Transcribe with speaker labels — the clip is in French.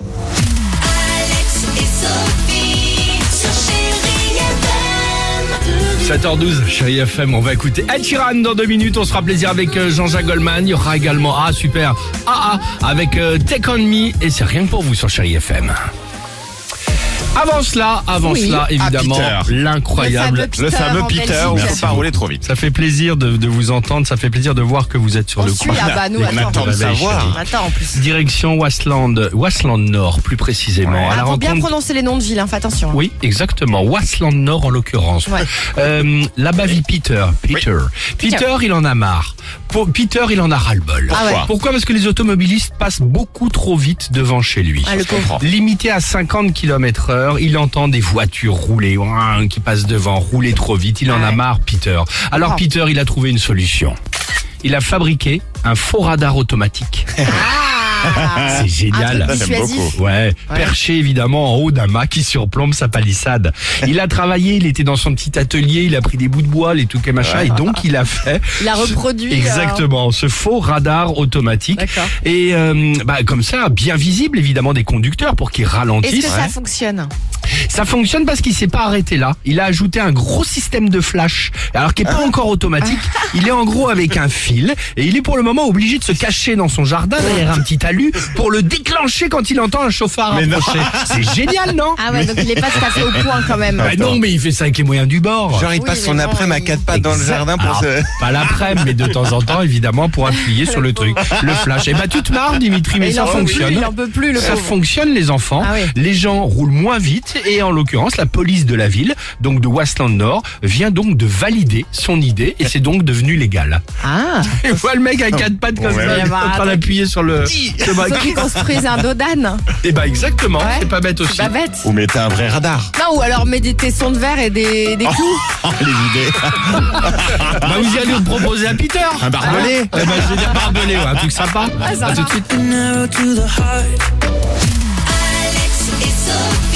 Speaker 1: Alex et Sophie sur Chérie FM.
Speaker 2: 7h12, chérie FM, on va écouter Ed Sheeran dans deux minutes. On sera plaisir avec euh, Jean-Jacques Goldman. Il y aura également Ah super Ah Ah avec euh, Take On Me et c'est rien que pour vous sur chérie FM. Avant cela, avant
Speaker 3: Oui.
Speaker 2: cela, évidemment,
Speaker 4: Ah, Peter.
Speaker 2: l'incroyable.
Speaker 3: Le fameux
Speaker 4: Le fameux
Speaker 3: en Belgique.
Speaker 4: Peter, où
Speaker 2: Merci
Speaker 4: faut pas
Speaker 2: beaucoup.
Speaker 4: rouler trop vite.
Speaker 2: Ça fait plaisir de, de vous entendre, ça fait plaisir de voir que vous êtes sur
Speaker 3: On
Speaker 2: le
Speaker 3: suit,
Speaker 2: coin.
Speaker 3: ah bah nous,
Speaker 2: Les
Speaker 3: attends.
Speaker 2: matins
Speaker 4: On attend de
Speaker 2: la veille,
Speaker 4: savoir.
Speaker 2: chérie.
Speaker 3: Attends, en plus.
Speaker 2: Direction Wasteland, Wasteland Nord plus précisément.
Speaker 4: Ouais.
Speaker 2: À la
Speaker 3: Ah, faut bien
Speaker 2: rencontre
Speaker 3: prononcer les noms de villes, hein, fais attention.
Speaker 2: Oui, exactement. Wasland Nord en l'occurrence.
Speaker 3: Ouais.
Speaker 2: Euh, là-bas vit Peter. Peter. Peter. il en a marre. Po- Peter, il en a ras-le-bol.
Speaker 3: Ah ouais.
Speaker 2: Pourquoi Pourquoi Parce que les automobilistes passent beaucoup trop vite devant chez lui.
Speaker 4: hein,
Speaker 3: Ah, le pauvre.
Speaker 2: Limité à 50 km heure, il entend des voitures rouler, ouin, qui passent devant, rouler trop vite. Il en a
Speaker 3: Ouais.
Speaker 2: marre, Peter. Alors
Speaker 3: Oh.
Speaker 2: Peter, il a trouvé une solution. Il a fabriqué un faux radar automatique.
Speaker 3: Ah
Speaker 2: C'est génial.
Speaker 3: Un truc
Speaker 4: J'aime
Speaker 3: dissuasif.
Speaker 2: Ouais, perché évidemment en haut d'un mât qui surplombe sa palissade. Il a travaillé, il était dans son petit atelier, il a pris des bouts de bois, les touquets machin, et donc il a fait.
Speaker 3: Il a
Speaker 2: ce-
Speaker 3: reproduit, euh,
Speaker 2: Exactement, ce faux radar automatique.
Speaker 3: D'accord.
Speaker 2: Et euh, bah, comme ça, bien visible évidemment des conducteurs pour qu'ils
Speaker 3: Est-ce que
Speaker 2: ralentissent.
Speaker 3: ça fonctionne
Speaker 2: Ça fonctionne parce qu'il s'est pas arrêté là. Il a ajouté un gros système de flash, alors qui est pas
Speaker 3: Ah.
Speaker 2: encore automatique. Il est en gros avec un fil et il est pour le moment obligé de se cacher dans son jardin derrière un petit talus pour le déclencher quand il entend un chauffard
Speaker 4: Mais non.
Speaker 2: approcher. C'est génial, non
Speaker 3: Ah ouais, donc il est pas tout à fait au point quand même.
Speaker 2: Bah Non, mais il fait ça avec les moyens du bord.
Speaker 4: Genre, il
Speaker 3: Oui,
Speaker 4: passe
Speaker 3: mais
Speaker 4: son
Speaker 3: bon,
Speaker 4: après-midi à
Speaker 3: il-
Speaker 4: quatre pattes dans le jardin pour
Speaker 2: Alors,
Speaker 4: se.
Speaker 2: Pas l'après, mais de temps en temps, évidemment, pour appuyer sur le truc. Le flash. Eh ben, tu te marres, Dimitri, mais
Speaker 3: il
Speaker 2: ça
Speaker 3: en peut plus,
Speaker 2: fonctionne.
Speaker 3: il en peut plus le
Speaker 2: Ça
Speaker 3: pauvre.
Speaker 2: fonctionne les enfants,
Speaker 3: Ah oui.
Speaker 2: les gens roulent moins vite et en l'occurrence la police de la ville, donc de Westland Nord, vient donc de valider son idée et c'est donc devenu légal.
Speaker 3: Ah
Speaker 2: Et voilà le mec à quatre pattes comme
Speaker 4: Ouais.
Speaker 2: ça,
Speaker 3: Il va y
Speaker 2: en
Speaker 3: avoir
Speaker 2: train
Speaker 3: un
Speaker 2: d'appuyer sur le... le
Speaker 3: Faut
Speaker 2: bac.
Speaker 3: qu'ils construisent un dodan.
Speaker 2: Et bah exactement,
Speaker 3: Ouais. Bah,
Speaker 2: c'est pas bête aussi.
Speaker 3: Pas bête.
Speaker 4: Ou mettez un vrai radar.
Speaker 3: Non, ou alors mets des tessons de verre et des, des clous.
Speaker 4: Oh, les idées.
Speaker 2: Bah vous allez le proposer à Peter
Speaker 4: Un barbelé.
Speaker 2: Eh ben, je vais dire barbelé, ouais, un truc sympa.
Speaker 3: Ah,
Speaker 2: À
Speaker 3: sympa.
Speaker 2: tout de suite.
Speaker 1: Alex et Sophie.